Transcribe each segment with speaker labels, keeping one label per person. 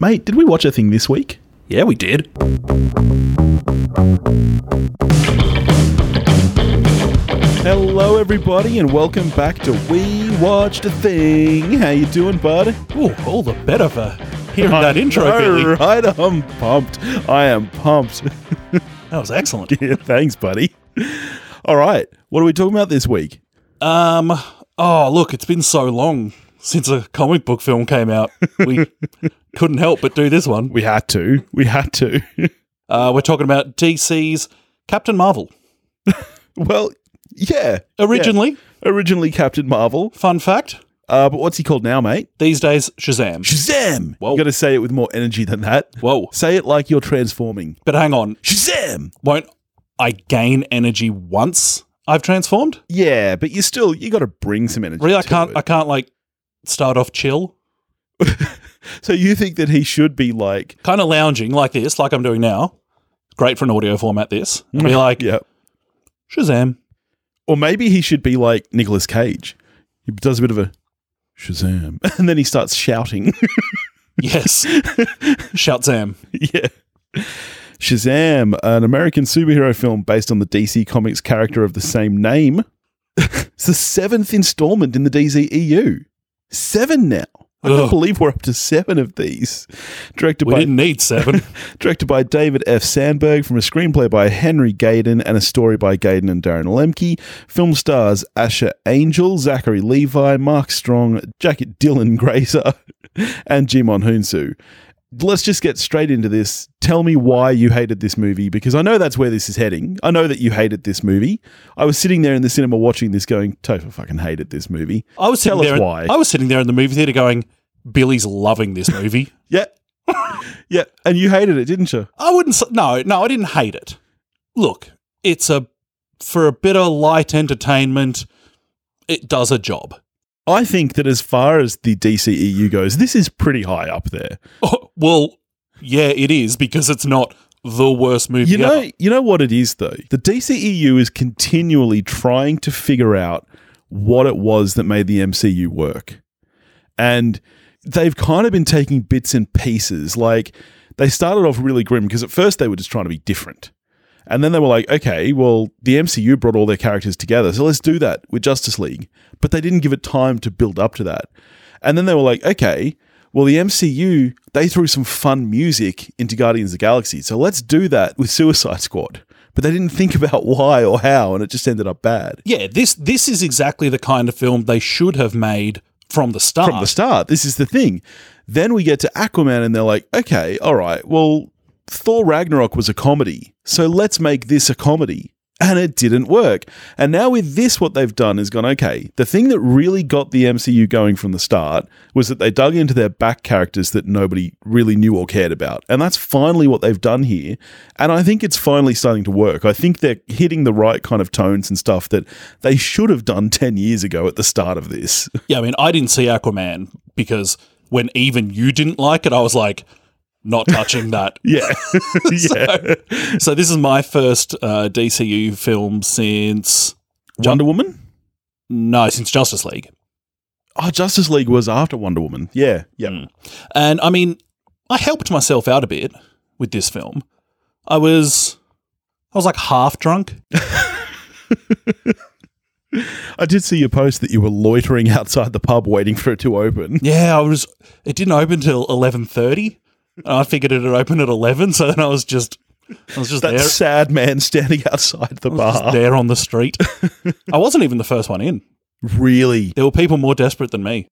Speaker 1: Mate, did we watch a thing this week?
Speaker 2: Yeah, we did.
Speaker 1: Hello, everybody, and welcome back to We Watched a Thing. How you doing, bud?
Speaker 2: Ooh, all the better for hearing that intro, Billy.
Speaker 1: Alright, I'm pumped. I am pumped.
Speaker 2: That was excellent.
Speaker 1: yeah, thanks, buddy. All right, what are we talking about this week?
Speaker 2: Um, oh, look, it's been so long since a comic book film came out. We couldn't help but do this one.
Speaker 1: We had to. We had to.
Speaker 2: Uh, we're talking about DC's Captain Marvel.
Speaker 1: well, yeah.
Speaker 2: Originally,
Speaker 1: Yeah. Originally Captain Marvel.
Speaker 2: fun fact,
Speaker 1: Uh, but what's he called now, mate?
Speaker 2: these days, Shazam.
Speaker 1: Shazam!
Speaker 2: Whoa.
Speaker 1: You gotta say it with more energy than that.
Speaker 2: Whoa.
Speaker 1: Say it like you're transforming.
Speaker 2: But hang on,
Speaker 1: Shazam!
Speaker 2: won't I gain energy once I've transformed?
Speaker 1: Yeah, but you still you gotta bring some energy.
Speaker 2: Really, I
Speaker 1: to
Speaker 2: can't.
Speaker 1: it.
Speaker 2: I can't like start off chill,
Speaker 1: So you think that he should be like
Speaker 2: kind of lounging like this, like I'm doing now. Great for an audio format. This and be like
Speaker 1: Yeah.
Speaker 2: Shazam.
Speaker 1: Or maybe he should be like Nicolas Cage. He does a bit of a Shazam. And then he starts shouting.
Speaker 2: Yes, shout Sam.
Speaker 1: yeah. Shazam, an American superhero film based on the DC Comics character of the same name. it's the seventh installment in the DCEU. Seven now. I can't
Speaker 2: Ugh.
Speaker 1: believe we're up to seven of these. Directed
Speaker 2: We
Speaker 1: by
Speaker 2: didn't need seven.
Speaker 1: directed by David F. Sandberg, from a screenplay by Henry Gayden and a story by Gayden and Darren Lemke. Film stars Asher Angel, Zachary Levi, Mark Strong, Jack Dylan Grazer, and Jimon Hunsu. Let's just get straight into this. Tell me why you hated this movie because I know that's where this is heading. I know that you hated this movie. I was sitting there in the cinema watching this going, Topher fucking hated this movie.
Speaker 2: I was sitting
Speaker 1: Tell us
Speaker 2: there. in-
Speaker 1: why.
Speaker 2: I was sitting there in the movie theater going, Billy's loving this movie.
Speaker 1: Yeah. yeah. And you hated it, didn't you?
Speaker 2: I wouldn't. s- No, no, I didn't hate it. Look, it's a for a bit of light entertainment. It does a job.
Speaker 1: I think that as far as the DCEU goes, this is pretty high up there.
Speaker 2: Oh, well, yeah, it is because it's not the worst movie
Speaker 1: You
Speaker 2: ever.
Speaker 1: know, you know what it is though. The DCEU is continually trying to figure out what it was that made the MCU work. And they've kind of been taking bits and pieces. Like they started off really grim because at first they were just trying to be different. And then they were like, okay, well, the MCU brought all their characters together. So let's do that with Justice League. But they didn't give it time to build up to that. And then they were like, okay, well, the MCU, they threw some fun music into Guardians of the Galaxy. So let's do that with Suicide Squad. But they didn't think about why or how, and it just ended up bad.
Speaker 2: Yeah, this this is exactly the kind of film they should have made from the start.
Speaker 1: from the start. This is the thing. Then we get to Aquaman, and they're like, okay, all right, well, Thor Ragnarok was a comedy, so let's make this a comedy. And it didn't work. And now, with this, what they've done is gone, okay, the thing that really got the MCU going from the start was that they dug into their back characters that nobody really knew or cared about. And that's finally what they've done here. And I think it's finally starting to work. I think they're hitting the right kind of tones and stuff that they should have done 10 years ago at the start of this.
Speaker 2: yeah, I mean, I didn't see Aquaman because when even you didn't like it, I was like, not touching that.
Speaker 1: Yeah. yeah.
Speaker 2: so this is my first uh, DCU film since
Speaker 1: Wonder Woman?
Speaker 2: no, since Justice League,
Speaker 1: Oh, Justice League was after Wonder Woman. Yeah. Yeah.
Speaker 2: and I mean, I helped myself out a bit with this film. I was, I was like half drunk.
Speaker 1: I did see your post that you were loitering outside the pub waiting for it to open.
Speaker 2: Yeah, I was. It didn't open till eleven thirty. I figured it would open at eleven, so then I was just, I was just
Speaker 1: That
Speaker 2: there,
Speaker 1: sad man standing outside the
Speaker 2: just
Speaker 1: bar.
Speaker 2: there on the street. I wasn't even the first one in.
Speaker 1: Really?
Speaker 2: There were people more desperate than me.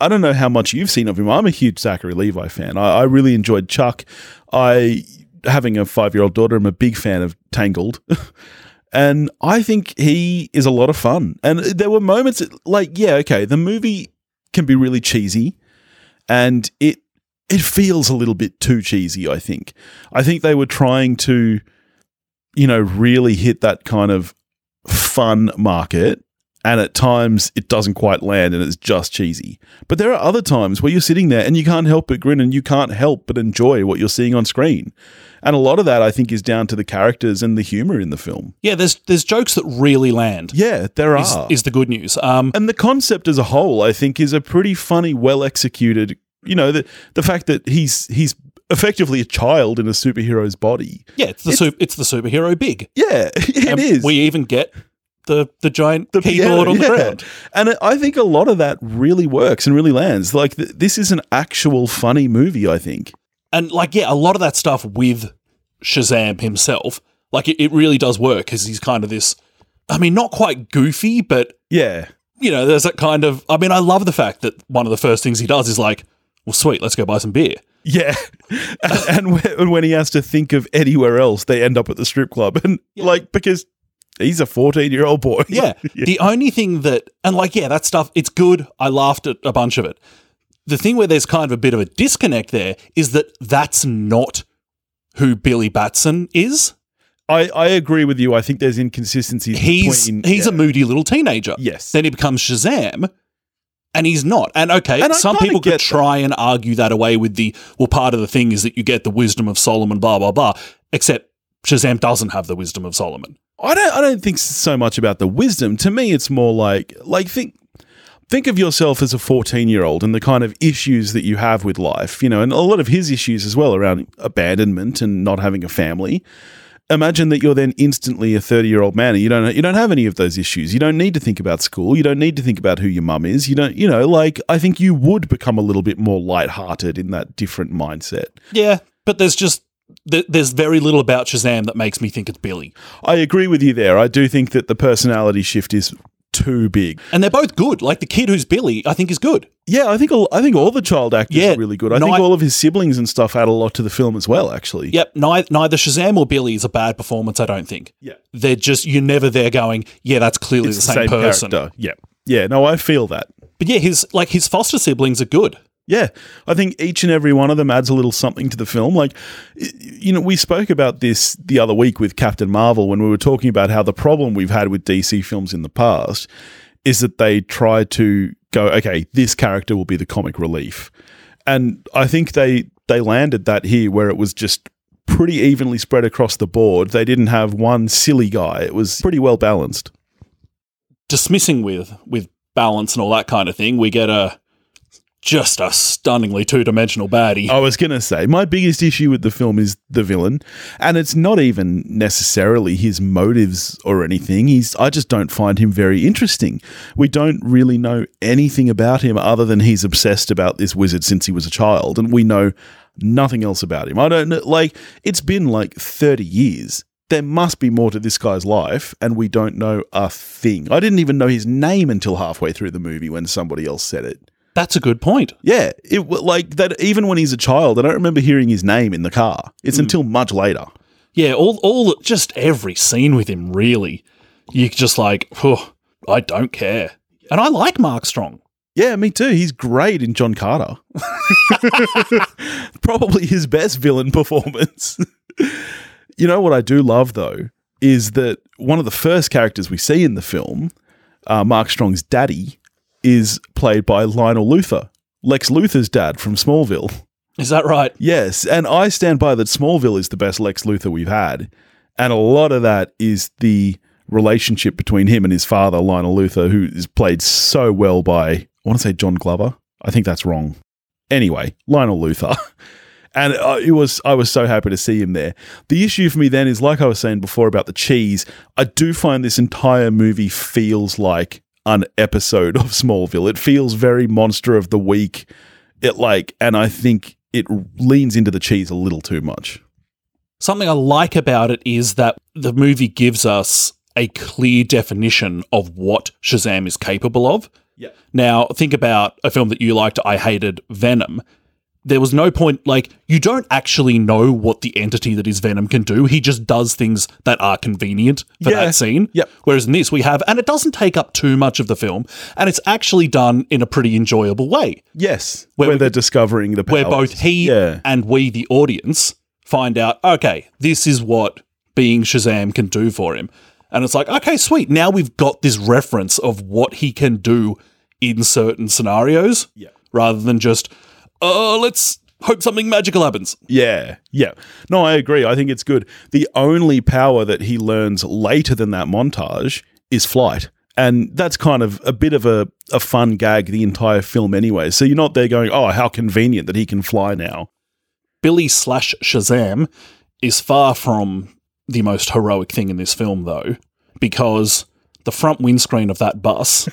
Speaker 1: I don't know how much you've seen of him. I'm a huge Zachary Levi fan. I, I really enjoyed Chuck. I, having a five year old daughter, I'm a big fan of Tangled. and I think he is a lot of fun. And there were moments that- like, yeah, okay, the movie can be really cheesy and it it feels a little bit too cheesy, I think. I think they were trying to, you know, really hit that kind of fun market. And at times it doesn't quite land and it's just cheesy. But there are other times where you're sitting there and you can't help but grin and you can't help but enjoy what you're seeing on screen. And a lot of that, I think, is down to the characters and the humor in the film.
Speaker 2: Yeah, there's there's jokes that really land.
Speaker 1: Yeah, there
Speaker 2: Is,
Speaker 1: are.
Speaker 2: is the good news. Um,
Speaker 1: and the concept as a whole, I think, is a pretty funny, well executed you know, the the fact that he's he's effectively a child in a superhero's body.
Speaker 2: Yeah, it's the
Speaker 1: It's-
Speaker 2: it's, it's the superhero big.
Speaker 1: Yeah, it is.
Speaker 2: and We even get the the giant
Speaker 1: the
Speaker 2: keyboard
Speaker 1: piano,
Speaker 2: on the
Speaker 1: yeah.
Speaker 2: ground.
Speaker 1: And I- I think a lot of that really works and really lands. Like th- this is an actual funny movie. I think.
Speaker 2: And like, yeah, a lot of that stuff with Shazam himself, like it, it really does work because he's kind of this. I mean, not quite goofy, but
Speaker 1: Yeah.
Speaker 2: you know, there's that kind of. I mean, I love the fact that one of the first things he does is like, "Well, sweet, let's go buy some beer."
Speaker 1: Yeah, and, and when- and when he has to think of anywhere else, they end up at the strip club, and
Speaker 2: Yeah.
Speaker 1: like because he's a fourteen-year-old boy.
Speaker 2: Yeah. The only thing that, and like, yeah, that stuff, it's good. I laughed at a bunch of it. The thing where there's kind of a bit of a disconnect there is that that's not who Billy Batson is.
Speaker 1: I, I agree with you. I think there's inconsistencies.
Speaker 2: He's
Speaker 1: between,
Speaker 2: he's a moody little teenager.
Speaker 1: yes.
Speaker 2: Then he becomes Shazam, and he's not. And okay,
Speaker 1: And I
Speaker 2: some
Speaker 1: kinda
Speaker 2: people
Speaker 1: get
Speaker 2: could try and argue that away with the well, part of the thing is that you get the wisdom of Solomon, blah blah blah. Except Shazam doesn't have the wisdom of Solomon.
Speaker 1: I don't I don't think so much about the wisdom. To me, it's more like like think think of yourself as a 14 year old and the kind of issues that you have with life, you know, and a lot of his issues as well around abandonment and not having a family. Imagine that you're then instantly a 30 year old man and you don't you don't have any of those issues. You don't need to think about school. You don't need to think about who your mum is. You don't you know like I think you would become a little bit more lighthearted in that different mindset.
Speaker 2: Yeah, but there's just th- there's very little about Shazam that makes me think it's Billy.
Speaker 1: I agree with you there. I do think that the personality shift is too big.
Speaker 2: And they're both good. Like the kid who's Billy, I think is good.
Speaker 1: Yeah, I think all, I think all the child actors
Speaker 2: Yeah,
Speaker 1: are really good. I
Speaker 2: no,
Speaker 1: think
Speaker 2: I-
Speaker 1: all of his siblings and stuff add a lot to the film as well. Actually,
Speaker 2: Yep. Neither, neither Shazam or Billy is a bad performance. I don't think.
Speaker 1: Yeah.
Speaker 2: They're just you're never there going. Yeah, that's clearly
Speaker 1: it's
Speaker 2: the same, person.
Speaker 1: character. Yeah, yeah. No, I feel that.
Speaker 2: But yeah, his like his foster siblings are good.
Speaker 1: Yeah, I think each and every one of them adds a little something to the film. Like, y- you know, we spoke about this the other week with Captain Marvel when we were talking about how the problem we've had with DC films in the past is that they try to go, okay, this character will be the comic relief, and I think they they landed that here where it was just pretty evenly spread across the board. They didn't have one silly guy. It was pretty well balanced.
Speaker 2: Dismissing with with balance and all that kind of thing, we get a just a stunningly two dimensional baddie.
Speaker 1: I was going to say, my biggest issue with the film is the villain, and it's not even necessarily his motives or anything. He's I just don't find him very interesting. We don't really know anything about him other than he's obsessed about this wizard since he was a child, and we know nothing else about him. I don't know, like it's been like 30 years. There must be more to this guy's life, and we don't know a thing. I didn't even know his name until halfway through the movie when somebody else said it.
Speaker 2: That's a good point.
Speaker 1: Yeah, it w- like that. Even when he's a child, I don't remember hearing his name in the car. It's until much later.
Speaker 2: Yeah, all all just every scene with him really, you're just like, oh, I don't care. And I like Mark Strong.
Speaker 1: Yeah, me too. He's great in John Carter. Probably his best villain performance. you know what I do love though is that one of the first characters we see in the film, uh, Mark Strong's daddy, is played by Lionel Luthor, Lex Luthor's dad from Smallville.
Speaker 2: Is that right?
Speaker 1: Yes, and I stand by that Smallville is the best Lex Luthor we've had. And a lot of that is the relationship between him and his father, Lionel Luthor, who is played so well by, I want to say John Glover. I think that's wrong. Anyway, Lionel Luthor. And uh, it was I was so happy to see him there. The issue for me then is like I was saying before about the cheese, I do find this entire movie feels like an episode of Smallville. It feels very monster of the week. It like and I think it leans into the cheese a little too much.
Speaker 2: Something I like about it is that the movie gives us a clear definition of what Shazam is capable of.
Speaker 1: Yeah.
Speaker 2: Now, think about a film that you liked, I hated Venom. There was no point, like, you don't actually know what the entity that is Venom can do. He just does things that are convenient for
Speaker 1: Yeah.
Speaker 2: that scene.
Speaker 1: Yep.
Speaker 2: Whereas in this, we have, and it doesn't take up too much of the film, and it's actually done in a pretty enjoyable way
Speaker 1: Yes. Where,
Speaker 2: Where we-
Speaker 1: they're discovering the powers.
Speaker 2: where both he
Speaker 1: Yeah.
Speaker 2: and we, the audience, find out, okay, this is what being Shazam can do for him. And it's like, okay, sweet. Now we've got this reference of what he can do in certain scenarios
Speaker 1: Yeah.
Speaker 2: rather than just, oh, let's hope something magical happens.
Speaker 1: Yeah, yeah. No, I agree. I think it's good. The only power that he learns later than that montage is flight. And that's kind of a bit of a, a fun gag the entire film, anyway. So you're not there going, oh, how convenient that he can fly now.
Speaker 2: Billy slash Shazam is far from the most heroic thing in this film, though, because the front windscreen of that bus,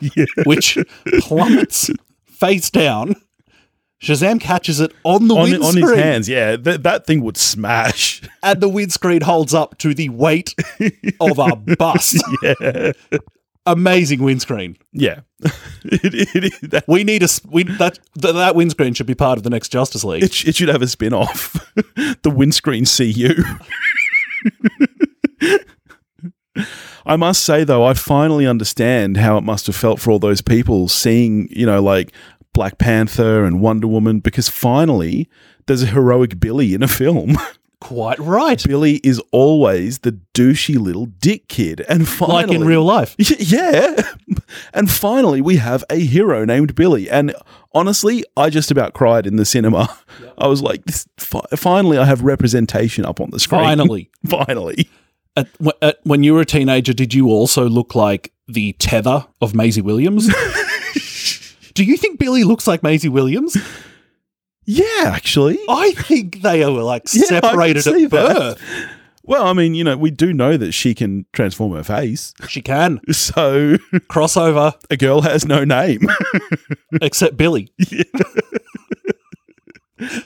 Speaker 1: yeah.
Speaker 2: which plummets face down, Shazam catches it on the
Speaker 1: On, on
Speaker 2: windscreen,
Speaker 1: his hands, yeah. Th- that thing would smash.
Speaker 2: and the windscreen holds up to the weight of a bus.
Speaker 1: Yeah.
Speaker 2: Amazing windscreen.
Speaker 1: Yeah. it, it, it, that,
Speaker 2: We need a s- we, that th- that windscreen should be part of the next Justice League.
Speaker 1: it, sh- it should have a spin off. the windscreen CU. I must say, though, I finally understand how it must have felt for all those people seeing, you know, like Black Panther and Wonder Woman, because finally there's a heroic Billy in a film.
Speaker 2: Quite right.
Speaker 1: Billy is always the douchey little dick kid. And finally.
Speaker 2: Like in real life.
Speaker 1: Y- Yeah. And finally, we have a hero named Billy. And honestly, I just about cried in the cinema. I was like, this, fi- finally, I have representation up on the screen.
Speaker 2: Finally.
Speaker 1: finally.
Speaker 2: At, w- at, when you were a teenager, did you also look like the tether of Maisie Williams? Do you think Billy looks like Maisie Williams?
Speaker 1: Yeah, actually.
Speaker 2: I think they are like
Speaker 1: Yeah, I can
Speaker 2: separated
Speaker 1: see that.
Speaker 2: at birth.
Speaker 1: Well, I mean, you know, we do know that she can transform her face.
Speaker 2: She can
Speaker 1: So
Speaker 2: crossover,
Speaker 1: a girl has no name.
Speaker 2: except Billy.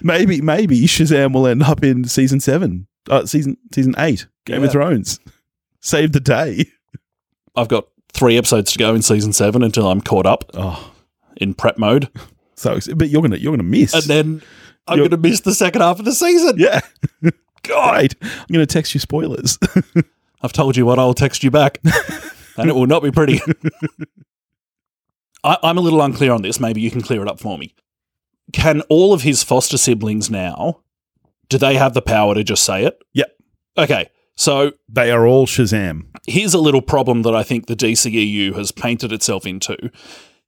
Speaker 1: maybe, maybe Shazam will end up in season seven, uh, season season eight, Game
Speaker 2: Yeah.
Speaker 1: of Thrones. Save the day.
Speaker 2: I've got three episodes to go in season seven until I'm caught up
Speaker 1: Oh,
Speaker 2: in prep mode,
Speaker 1: so ex- but you're gonna you're gonna miss.
Speaker 2: and then I'm
Speaker 1: You're-
Speaker 2: going to miss the second half of the season.
Speaker 1: yeah.
Speaker 2: God,
Speaker 1: Great. I'm going to text you spoilers.
Speaker 2: I've told you what. I'll text you back, and it will not be pretty. I, I'm a little unclear on this. Maybe you can clear it up for me. Can all of his foster siblings now? Do they have the power to just say it?
Speaker 1: Yep.
Speaker 2: Okay. So
Speaker 1: they are all Shazam.
Speaker 2: here's a little problem that I think the DCEU has painted itself into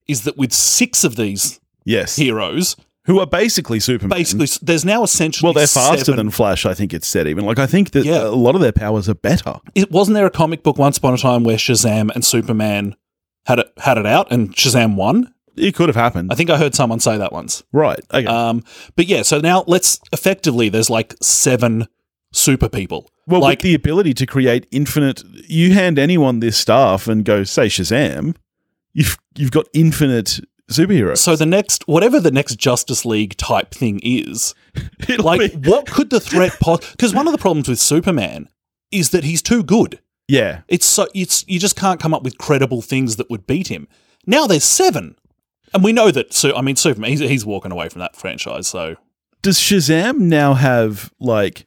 Speaker 2: is that with six of these
Speaker 1: Yes.
Speaker 2: heroes,
Speaker 1: Who are basically Superman.
Speaker 2: basically, s there's now essentially
Speaker 1: Mm-hmm. Well, they're faster
Speaker 2: seven-
Speaker 1: than Flash, I think it's said even. Like, I think that
Speaker 2: Yeah.
Speaker 1: a lot of their powers are better.
Speaker 2: It wasn't there a comic book once upon a time where Shazam and Superman had it had it out and Shazam won?
Speaker 1: It could have happened.
Speaker 2: I think I heard someone say that once.
Speaker 1: right. Okay.
Speaker 2: Um, but yeah, so now let's effectively there's like seven super people.
Speaker 1: well,
Speaker 2: like
Speaker 1: with the ability to create infinite. You hand anyone this staff and go, say Shazam, you've, you've got infinite superheroes.
Speaker 2: so the next whatever the next Justice League type thing is,
Speaker 1: It'll
Speaker 2: Like,
Speaker 1: be-
Speaker 2: what could the threat pos? Because one of the problems with Superman is that he's too good.
Speaker 1: yeah.
Speaker 2: It's so it's you just can't come up with credible things that would beat him. Now there's seven, and we know that. So I mean, Superman he's, he's walking away from that franchise. So
Speaker 1: Does Shazam now have, like,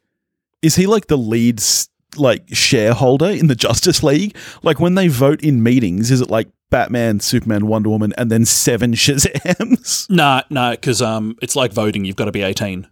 Speaker 1: is he like the lead, s- like, shareholder in the Justice League? Like, when they vote in meetings, is it like Batman, Superman, Wonder Woman, and then seven Shazams?
Speaker 2: nah, nah, because um, it's like voting. You've got to be eighteen.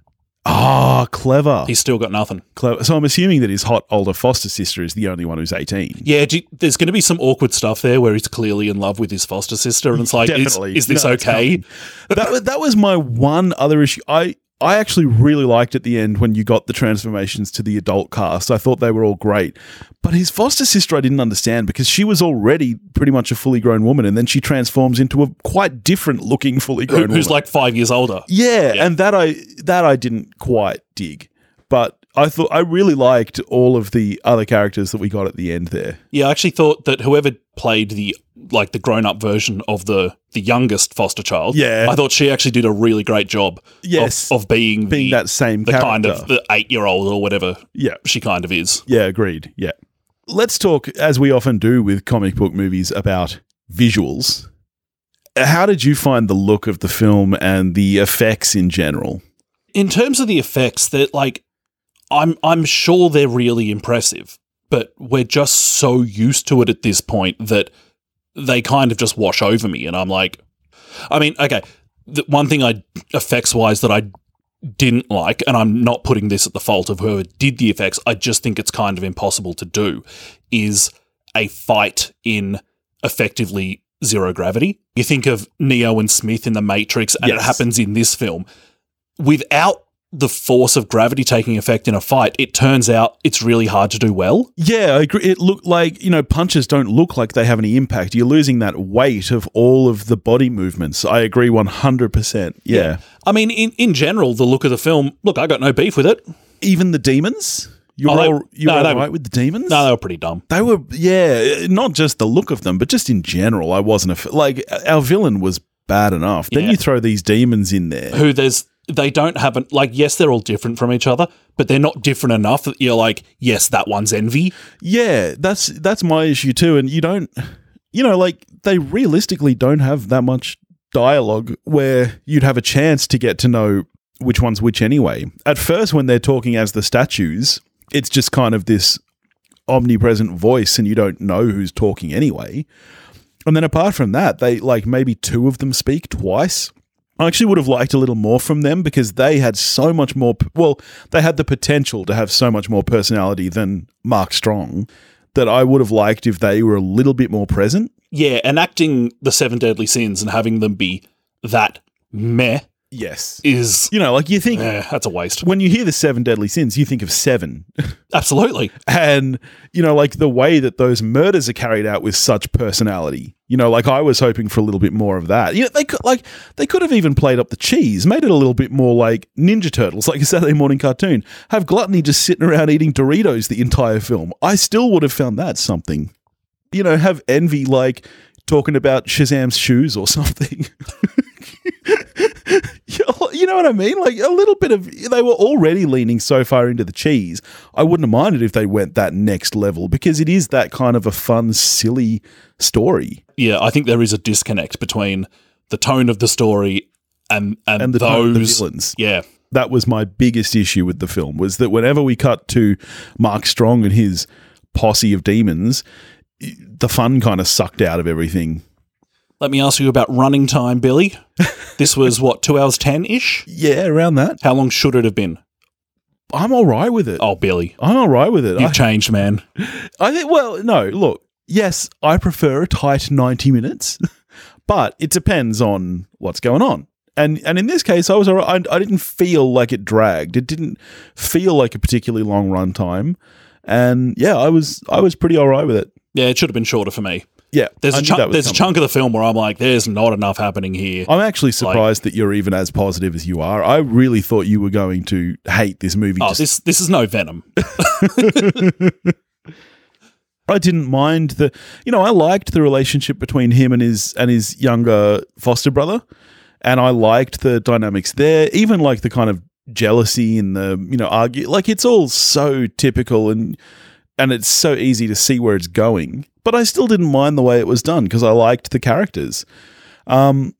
Speaker 1: Ah, clever.
Speaker 2: He's still got nothing.
Speaker 1: clever. So I'm assuming that his hot older foster sister is the only one who's 18.
Speaker 2: Yeah, do you- there's going to be some awkward stuff there where he's clearly in love with his foster sister, and it's like, is,
Speaker 1: Definitely.
Speaker 2: is this
Speaker 1: No, it's
Speaker 2: okay?
Speaker 1: that, was, that was my one other issue. I. I actually really liked at the end when you got the transformations to the adult cast. I thought they were all great. But his foster sister, I didn't understand because she was already pretty much a fully grown woman. And then she transforms into a quite different looking fully
Speaker 2: Who-
Speaker 1: grown woman.
Speaker 2: who's like five years older?
Speaker 1: Yeah,
Speaker 2: Yeah.
Speaker 1: and that I that I didn't quite dig, but I thought I really liked all of the other characters that we got at the end there.
Speaker 2: Yeah, I actually thought that whoever played the like the grown up version of the the youngest foster child,
Speaker 1: Yeah.
Speaker 2: I thought she actually did a really great job.
Speaker 1: Yes.
Speaker 2: of, of being
Speaker 1: Being
Speaker 2: the,
Speaker 1: that same
Speaker 2: the
Speaker 1: character,
Speaker 2: kind of the eight year old or whatever
Speaker 1: yeah,
Speaker 2: she kind of is.
Speaker 1: yeah, agreed, yeah. Let's talk as we often do with comic book movies about visuals. How did you find the look of the film and the effects in general?
Speaker 2: In terms of the effects, that like I'm I'm sure they're really impressive, but we're just so used to it at this point that they kind of just wash over me, and I'm like, I mean, okay, the one thing I effects wise that I didn't like, and I'm not putting this at the fault of whoever did the effects, I just think it's kind of impossible to do, is a fight in effectively zero gravity. You think of Neo and Smith in The Matrix, and it
Speaker 1: Yes.
Speaker 2: happens in this film without the force of gravity taking effect in a fight, it turns out it's really hard to do well.
Speaker 1: Yeah, I agree. It looked like, you know, punches don't look like they have any impact. You're losing that weight of all of the body movements. I agree 100%. Yeah.
Speaker 2: I mean, in, in general, the look of the film, look, I got no beef with it.
Speaker 1: Even the demons? You
Speaker 2: Oh,
Speaker 1: were,
Speaker 2: they-
Speaker 1: all, you
Speaker 2: no,
Speaker 1: were
Speaker 2: they
Speaker 1: all
Speaker 2: were-
Speaker 1: right with the demons?
Speaker 2: No, they were pretty dumb.
Speaker 1: They were, yeah, not just the look of them, but just in general. I wasn't a, f- like, our villain was bad enough. Then
Speaker 2: Yeah.
Speaker 1: you throw these demons in there.
Speaker 2: Who there's, they don't have, an, like, yes, they're all different from each other, but they're not different enough that you're like, yes, that one's envy.
Speaker 1: Yeah, that's, that's my issue too. And you don't, you know, like, they realistically don't have that much dialogue where you'd have a chance to get to know which one's which anyway. At first, when they're talking as the statues, it's just kind of this omnipresent voice and you don't know who's talking anyway. And then apart from that, they like maybe two of them speak twice. I actually would have liked a little more from them because they had so much more. p- Well, they had the potential to have so much more personality than Mark Strong that I would have liked if they were a little bit more present.
Speaker 2: Yeah, enacting the seven deadly sins and having them be that meh
Speaker 1: Yes.
Speaker 2: is,
Speaker 1: You know, like you think
Speaker 2: eh, that's a waste.
Speaker 1: when you hear the seven deadly sins, you think of seven
Speaker 2: Absolutely.
Speaker 1: and you know like the way that those murders are carried out with such personality you know like i was hoping for a little bit more of that you know they could like they could have even played up the cheese made it a little bit more like ninja turtles like a saturday morning cartoon have gluttony just sitting around eating doritos the entire film i still would have found that something you know have envy like talking about shazam's shoes or something you know what I mean? Like a little bit of they were already leaning so far into the cheese. I wouldn't have minded if they went that next level because it is that kind of a fun, silly story.
Speaker 2: yeah, I think there is a disconnect between the tone of the story and and,
Speaker 1: And the, tone of the
Speaker 2: those.
Speaker 1: villains.
Speaker 2: yeah,
Speaker 1: That was my biggest issue with the film was that whenever we cut to Mark Strong and his posse of demons, the fun kind of sucked out of everything.
Speaker 2: let me ask you about running time, Billy. this was what two hours ten ish.
Speaker 1: Yeah, around that.
Speaker 2: How long should it have been?
Speaker 1: I'm all right with it.
Speaker 2: Oh, Billy,
Speaker 1: I'm all right with it.
Speaker 2: you've
Speaker 1: I,
Speaker 2: changed, man.
Speaker 1: I think. Well, no. Look, yes, I prefer a tight ninety minutes, but it depends on what's going on. And and in this case, I was all right. I, I didn't feel like it dragged. It didn't feel like a particularly long run time. And yeah, I was I was pretty all right with it.
Speaker 2: Yeah, it should have been shorter for me.
Speaker 1: Yeah,
Speaker 2: There's
Speaker 1: I
Speaker 2: a
Speaker 1: knew
Speaker 2: chunk.
Speaker 1: that was
Speaker 2: There's a
Speaker 1: coming.
Speaker 2: chunk of the film where I'm like, there's not enough happening here.
Speaker 1: I'm actually surprised that you're even as positive as you are. I really thought you were going to hate this movie.
Speaker 2: Oh,
Speaker 1: just-
Speaker 2: this this is no Venom.
Speaker 1: I didn't mind the, you know, I liked the relationship between him and his and his younger foster brother, and I liked the dynamics there. Even like the kind of jealousy and the, you know, argue like it's all so typical and and it's so easy to see where it's going. But I still didn't mind the way it was done because I liked the characters. Um,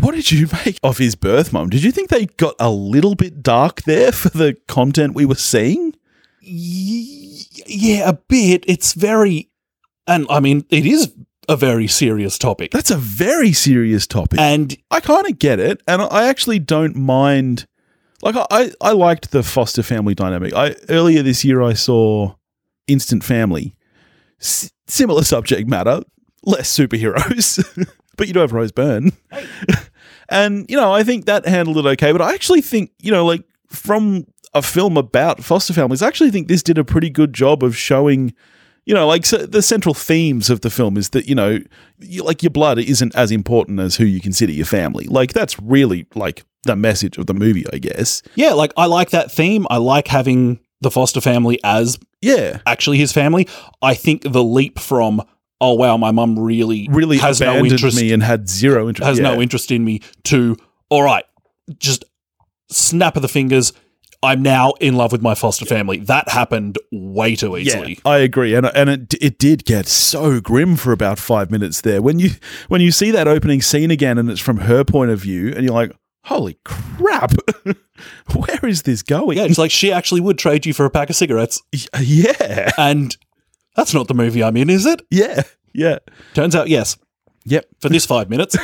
Speaker 1: what did you make of his birth mom? Did you think they got a little bit dark there for the content we were seeing?
Speaker 2: Y- yeah, a bit. It's very, and I mean, it is a very serious topic.
Speaker 1: That's a very serious topic.
Speaker 2: And
Speaker 1: I kind of get it, and I actually don't mind. Like I, I, I liked the foster family dynamic. I earlier this year I saw Instant Family, S- similar subject matter, less superheroes, but you do have Rose Byrne, and you know I think that handled it okay. But I actually think you know like from a film about foster families, I actually think this did a pretty good job of showing. You know, like so the central themes of the film is that you know you, like your blood isn't as important as who you consider your family. Like that's really like the message of the movie, I guess.
Speaker 2: Yeah, like I like that theme. I like having the foster family as
Speaker 1: Yeah.
Speaker 2: actually his family. I think the leap from oh wow, my mum really
Speaker 1: Really
Speaker 2: has no
Speaker 1: abandoned
Speaker 2: interest
Speaker 1: me and had zero interest.
Speaker 2: has
Speaker 1: yeah.
Speaker 2: no interest in me to all right, just snap of the fingers. I'm now in love with my foster family. That happened way too easily.
Speaker 1: I agree, and and it it did get so grim for about five minutes there. When you when you see that opening scene again, and it's from her point of view, and you're like, "Holy crap, where is this going?"
Speaker 2: Yeah, it's like she actually would trade you for a pack of cigarettes,
Speaker 1: yeah,
Speaker 2: and that's not the movie I'm in, is it?
Speaker 1: yeah, yeah.
Speaker 2: Turns out, yes.
Speaker 1: Yep.
Speaker 2: For this five minutes,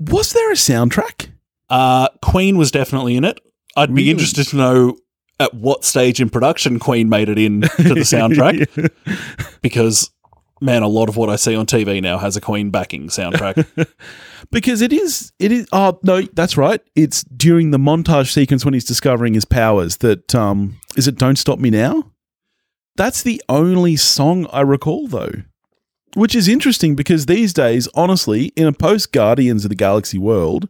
Speaker 1: Was there a soundtrack?
Speaker 2: Uh, Queen was definitely in it. I'd be
Speaker 1: Really?
Speaker 2: interested to know at what stage in production Queen made it in to the soundtrack because man, a lot of what I see on TV now has a Queen backing soundtrack.
Speaker 1: because it is it is oh no that's right it's during the montage sequence when he's discovering his powers that um is it don't stop me now that's the only song i recall though which is interesting because these days honestly in a post guardians of the galaxy world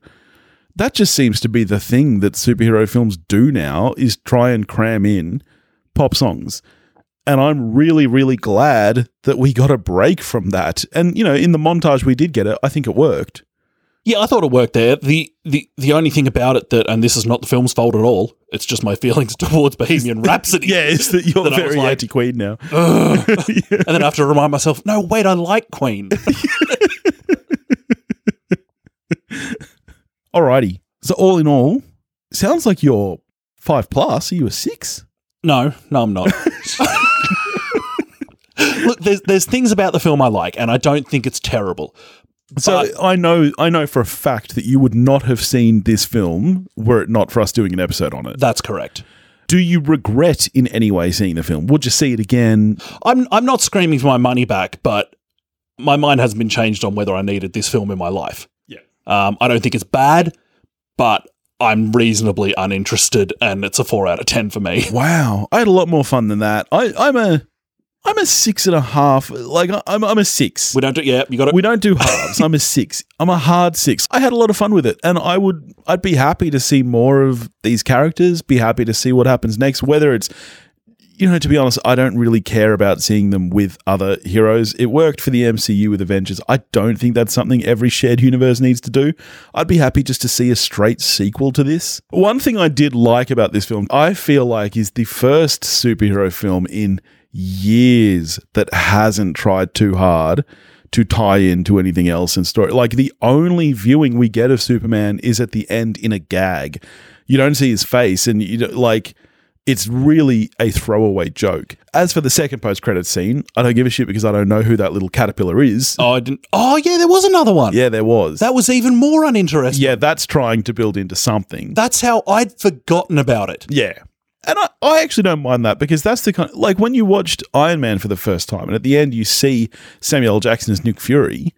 Speaker 1: that just seems to be the thing that superhero films do now is try and cram in pop songs and I'm really, really glad that we got a break from that. And, you know, in the montage we did get it, I think it worked.
Speaker 2: yeah, I thought it worked there. The, the the only thing about it that, and this is not the film's fault at all, it's just my feelings towards Bohemian Rhapsody.
Speaker 1: Yeah, it's that you're
Speaker 2: That I was
Speaker 1: very
Speaker 2: like-
Speaker 1: anti Queen now.
Speaker 2: Ugh.
Speaker 1: Yeah.
Speaker 2: and then I have to remind myself, no, wait, I like Queen.
Speaker 1: Alrighty. So all in all, sounds like you're five plus. Are you a six?
Speaker 2: No, no, I'm not. Look, there's there's things about the film I like, and I don't think it's terrible.
Speaker 1: So I know I know for a fact that you would not have seen this film were it not for us doing an episode on it.
Speaker 2: That's correct.
Speaker 1: Do you regret in any way seeing the film? Would you see it again?
Speaker 2: I'm I'm not screaming for my money back, but my mind hasn't been changed on whether I needed this film in my life.
Speaker 1: Yeah.
Speaker 2: Um, I don't think it's bad, but I'm reasonably uninterested, and it's a four out of ten for me.
Speaker 1: Wow. I had a lot more fun than that. I, I'm a I'm a six and a half. Like I- I'm I'm a six.
Speaker 2: We don't do. Yeah, you got it.
Speaker 1: We don't do halves. I'm a six. I'm a hard six. I had a lot of fun with it, and I would, I'd be happy to see more of these characters. Be happy to see what happens next. Whether it's, you know, to be honest, I don't really care about seeing them with other heroes. It worked for the MCU with Avengers. I don't think that's something every shared universe needs to do. I'd be happy just to see a straight sequel to this. One thing I did like about this film, I feel like, is the first superhero film in years that hasn't tried too hard to tie into anything else in story. Like the only viewing we get of Superman is at the end in a gag. You don't see his face, and you don't, like it's really a throwaway joke. As for the second post credit scene, I don't give a shit because I don't know who that little caterpillar is.
Speaker 2: oh, I didn't. Oh, yeah, there was another one.
Speaker 1: Yeah, there was.
Speaker 2: That was even more uninteresting.
Speaker 1: yeah, that's trying to build into something.
Speaker 2: That's how I'd forgotten about it.
Speaker 1: Yeah. And I, I actually don't mind that because that's the kind like when you watched Iron Man for the first time and at the end you see Samuel L. Jackson as Nick Fury,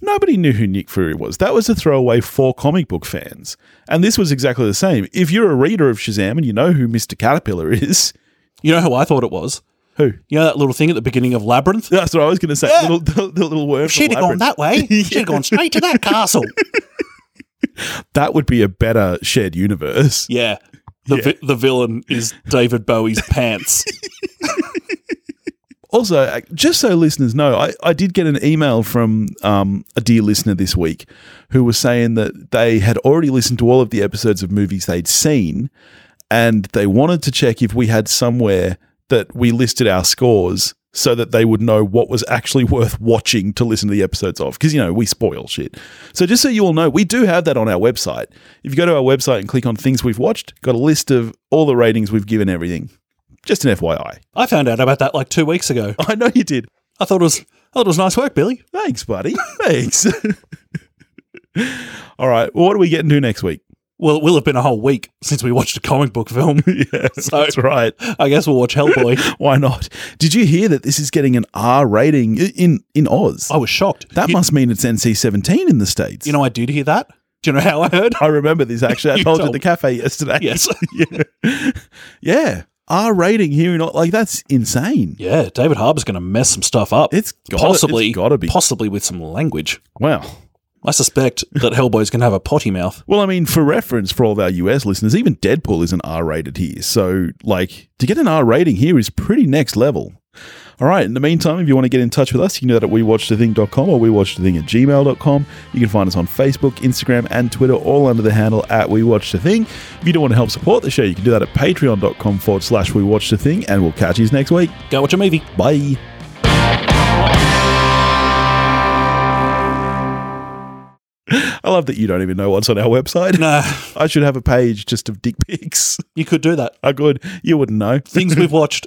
Speaker 1: nobody knew who Nick Fury was. That was a throwaway for comic book fans. And this was exactly the same. If you're a reader of Shazam and you know who Mr. Caterpillar is,
Speaker 2: You know who I thought it was?
Speaker 1: who?
Speaker 2: You know that little thing at the beginning of Labyrinth?
Speaker 1: That's what I was going to say.
Speaker 2: Yeah.
Speaker 1: Little, the, the little worm.
Speaker 2: She'd have gone
Speaker 1: labyrinth.
Speaker 2: that way. She'd have gone straight to that castle.
Speaker 1: That would be a better shared universe.
Speaker 2: Yeah. The, vi- the villain is David Bowie's pants.
Speaker 1: Also, uh, just so listeners know, I, I did get an email from um, a dear listener this week who was saying that they had already listened to all of the episodes of movies they'd seen and they wanted to check if we had somewhere that we listed our scores so that they would know what was actually worth watching to listen to the episodes of because you know we spoil shit so just so you all know we do have that on our website if you go to our website and click on things we've watched got a list of all the ratings we've given everything just an fyi
Speaker 2: I found out about that like two weeks ago.
Speaker 1: i know you did
Speaker 2: I thought it was I thought it was nice work, Billy.
Speaker 1: Thanks, buddy. Thanks. All right. Well, what are we getting to next week?
Speaker 2: Well, it will have been a whole week since we watched a comic book film.
Speaker 1: yeah, that's right.
Speaker 2: I guess we'll watch Hellboy.
Speaker 1: Why not? Did you hear that this is getting an R rating i- in in Oz?
Speaker 2: I was shocked.
Speaker 1: that
Speaker 2: Oh, you,
Speaker 1: must mean it's NC seventeen in the states.
Speaker 2: you know I did hear that. Do you know how I heard?
Speaker 1: I remember this actually. I
Speaker 2: You
Speaker 1: told you at
Speaker 2: told
Speaker 1: the
Speaker 2: me.
Speaker 1: cafe yesterday.
Speaker 2: Yes.
Speaker 1: yeah. yeah. R rating here in Oz, like that's insane.
Speaker 2: Yeah, David Harbour's going to mess some stuff up.
Speaker 1: It's gotta,
Speaker 2: possibly
Speaker 1: got to be.
Speaker 2: possibly with some language.
Speaker 1: wow.
Speaker 2: I suspect that Hellboy's going to have a potty mouth.
Speaker 1: Well, I mean, for reference, for all of our US listeners, even Deadpool isn't R rated here. So, like, to get an R rating here is pretty next level. All right. In the meantime, if you want to get in touch with us, you can do that at wewatchthething.com or wewatchthething at gmail.com. You can find us on Facebook, Instagram, and Twitter, all under the handle at wewatchthething. If you do want to help support the show, you can do that at patreon.com forward slash wewatchthething. And we'll catch you next week.
Speaker 2: Go watch a movie.
Speaker 1: Bye. I love that you don't even know what's on our website.
Speaker 2: Nah,
Speaker 1: I should have a page just of dick pics.
Speaker 2: you could do that.
Speaker 1: I could. You wouldn't know.
Speaker 2: Things we've watched.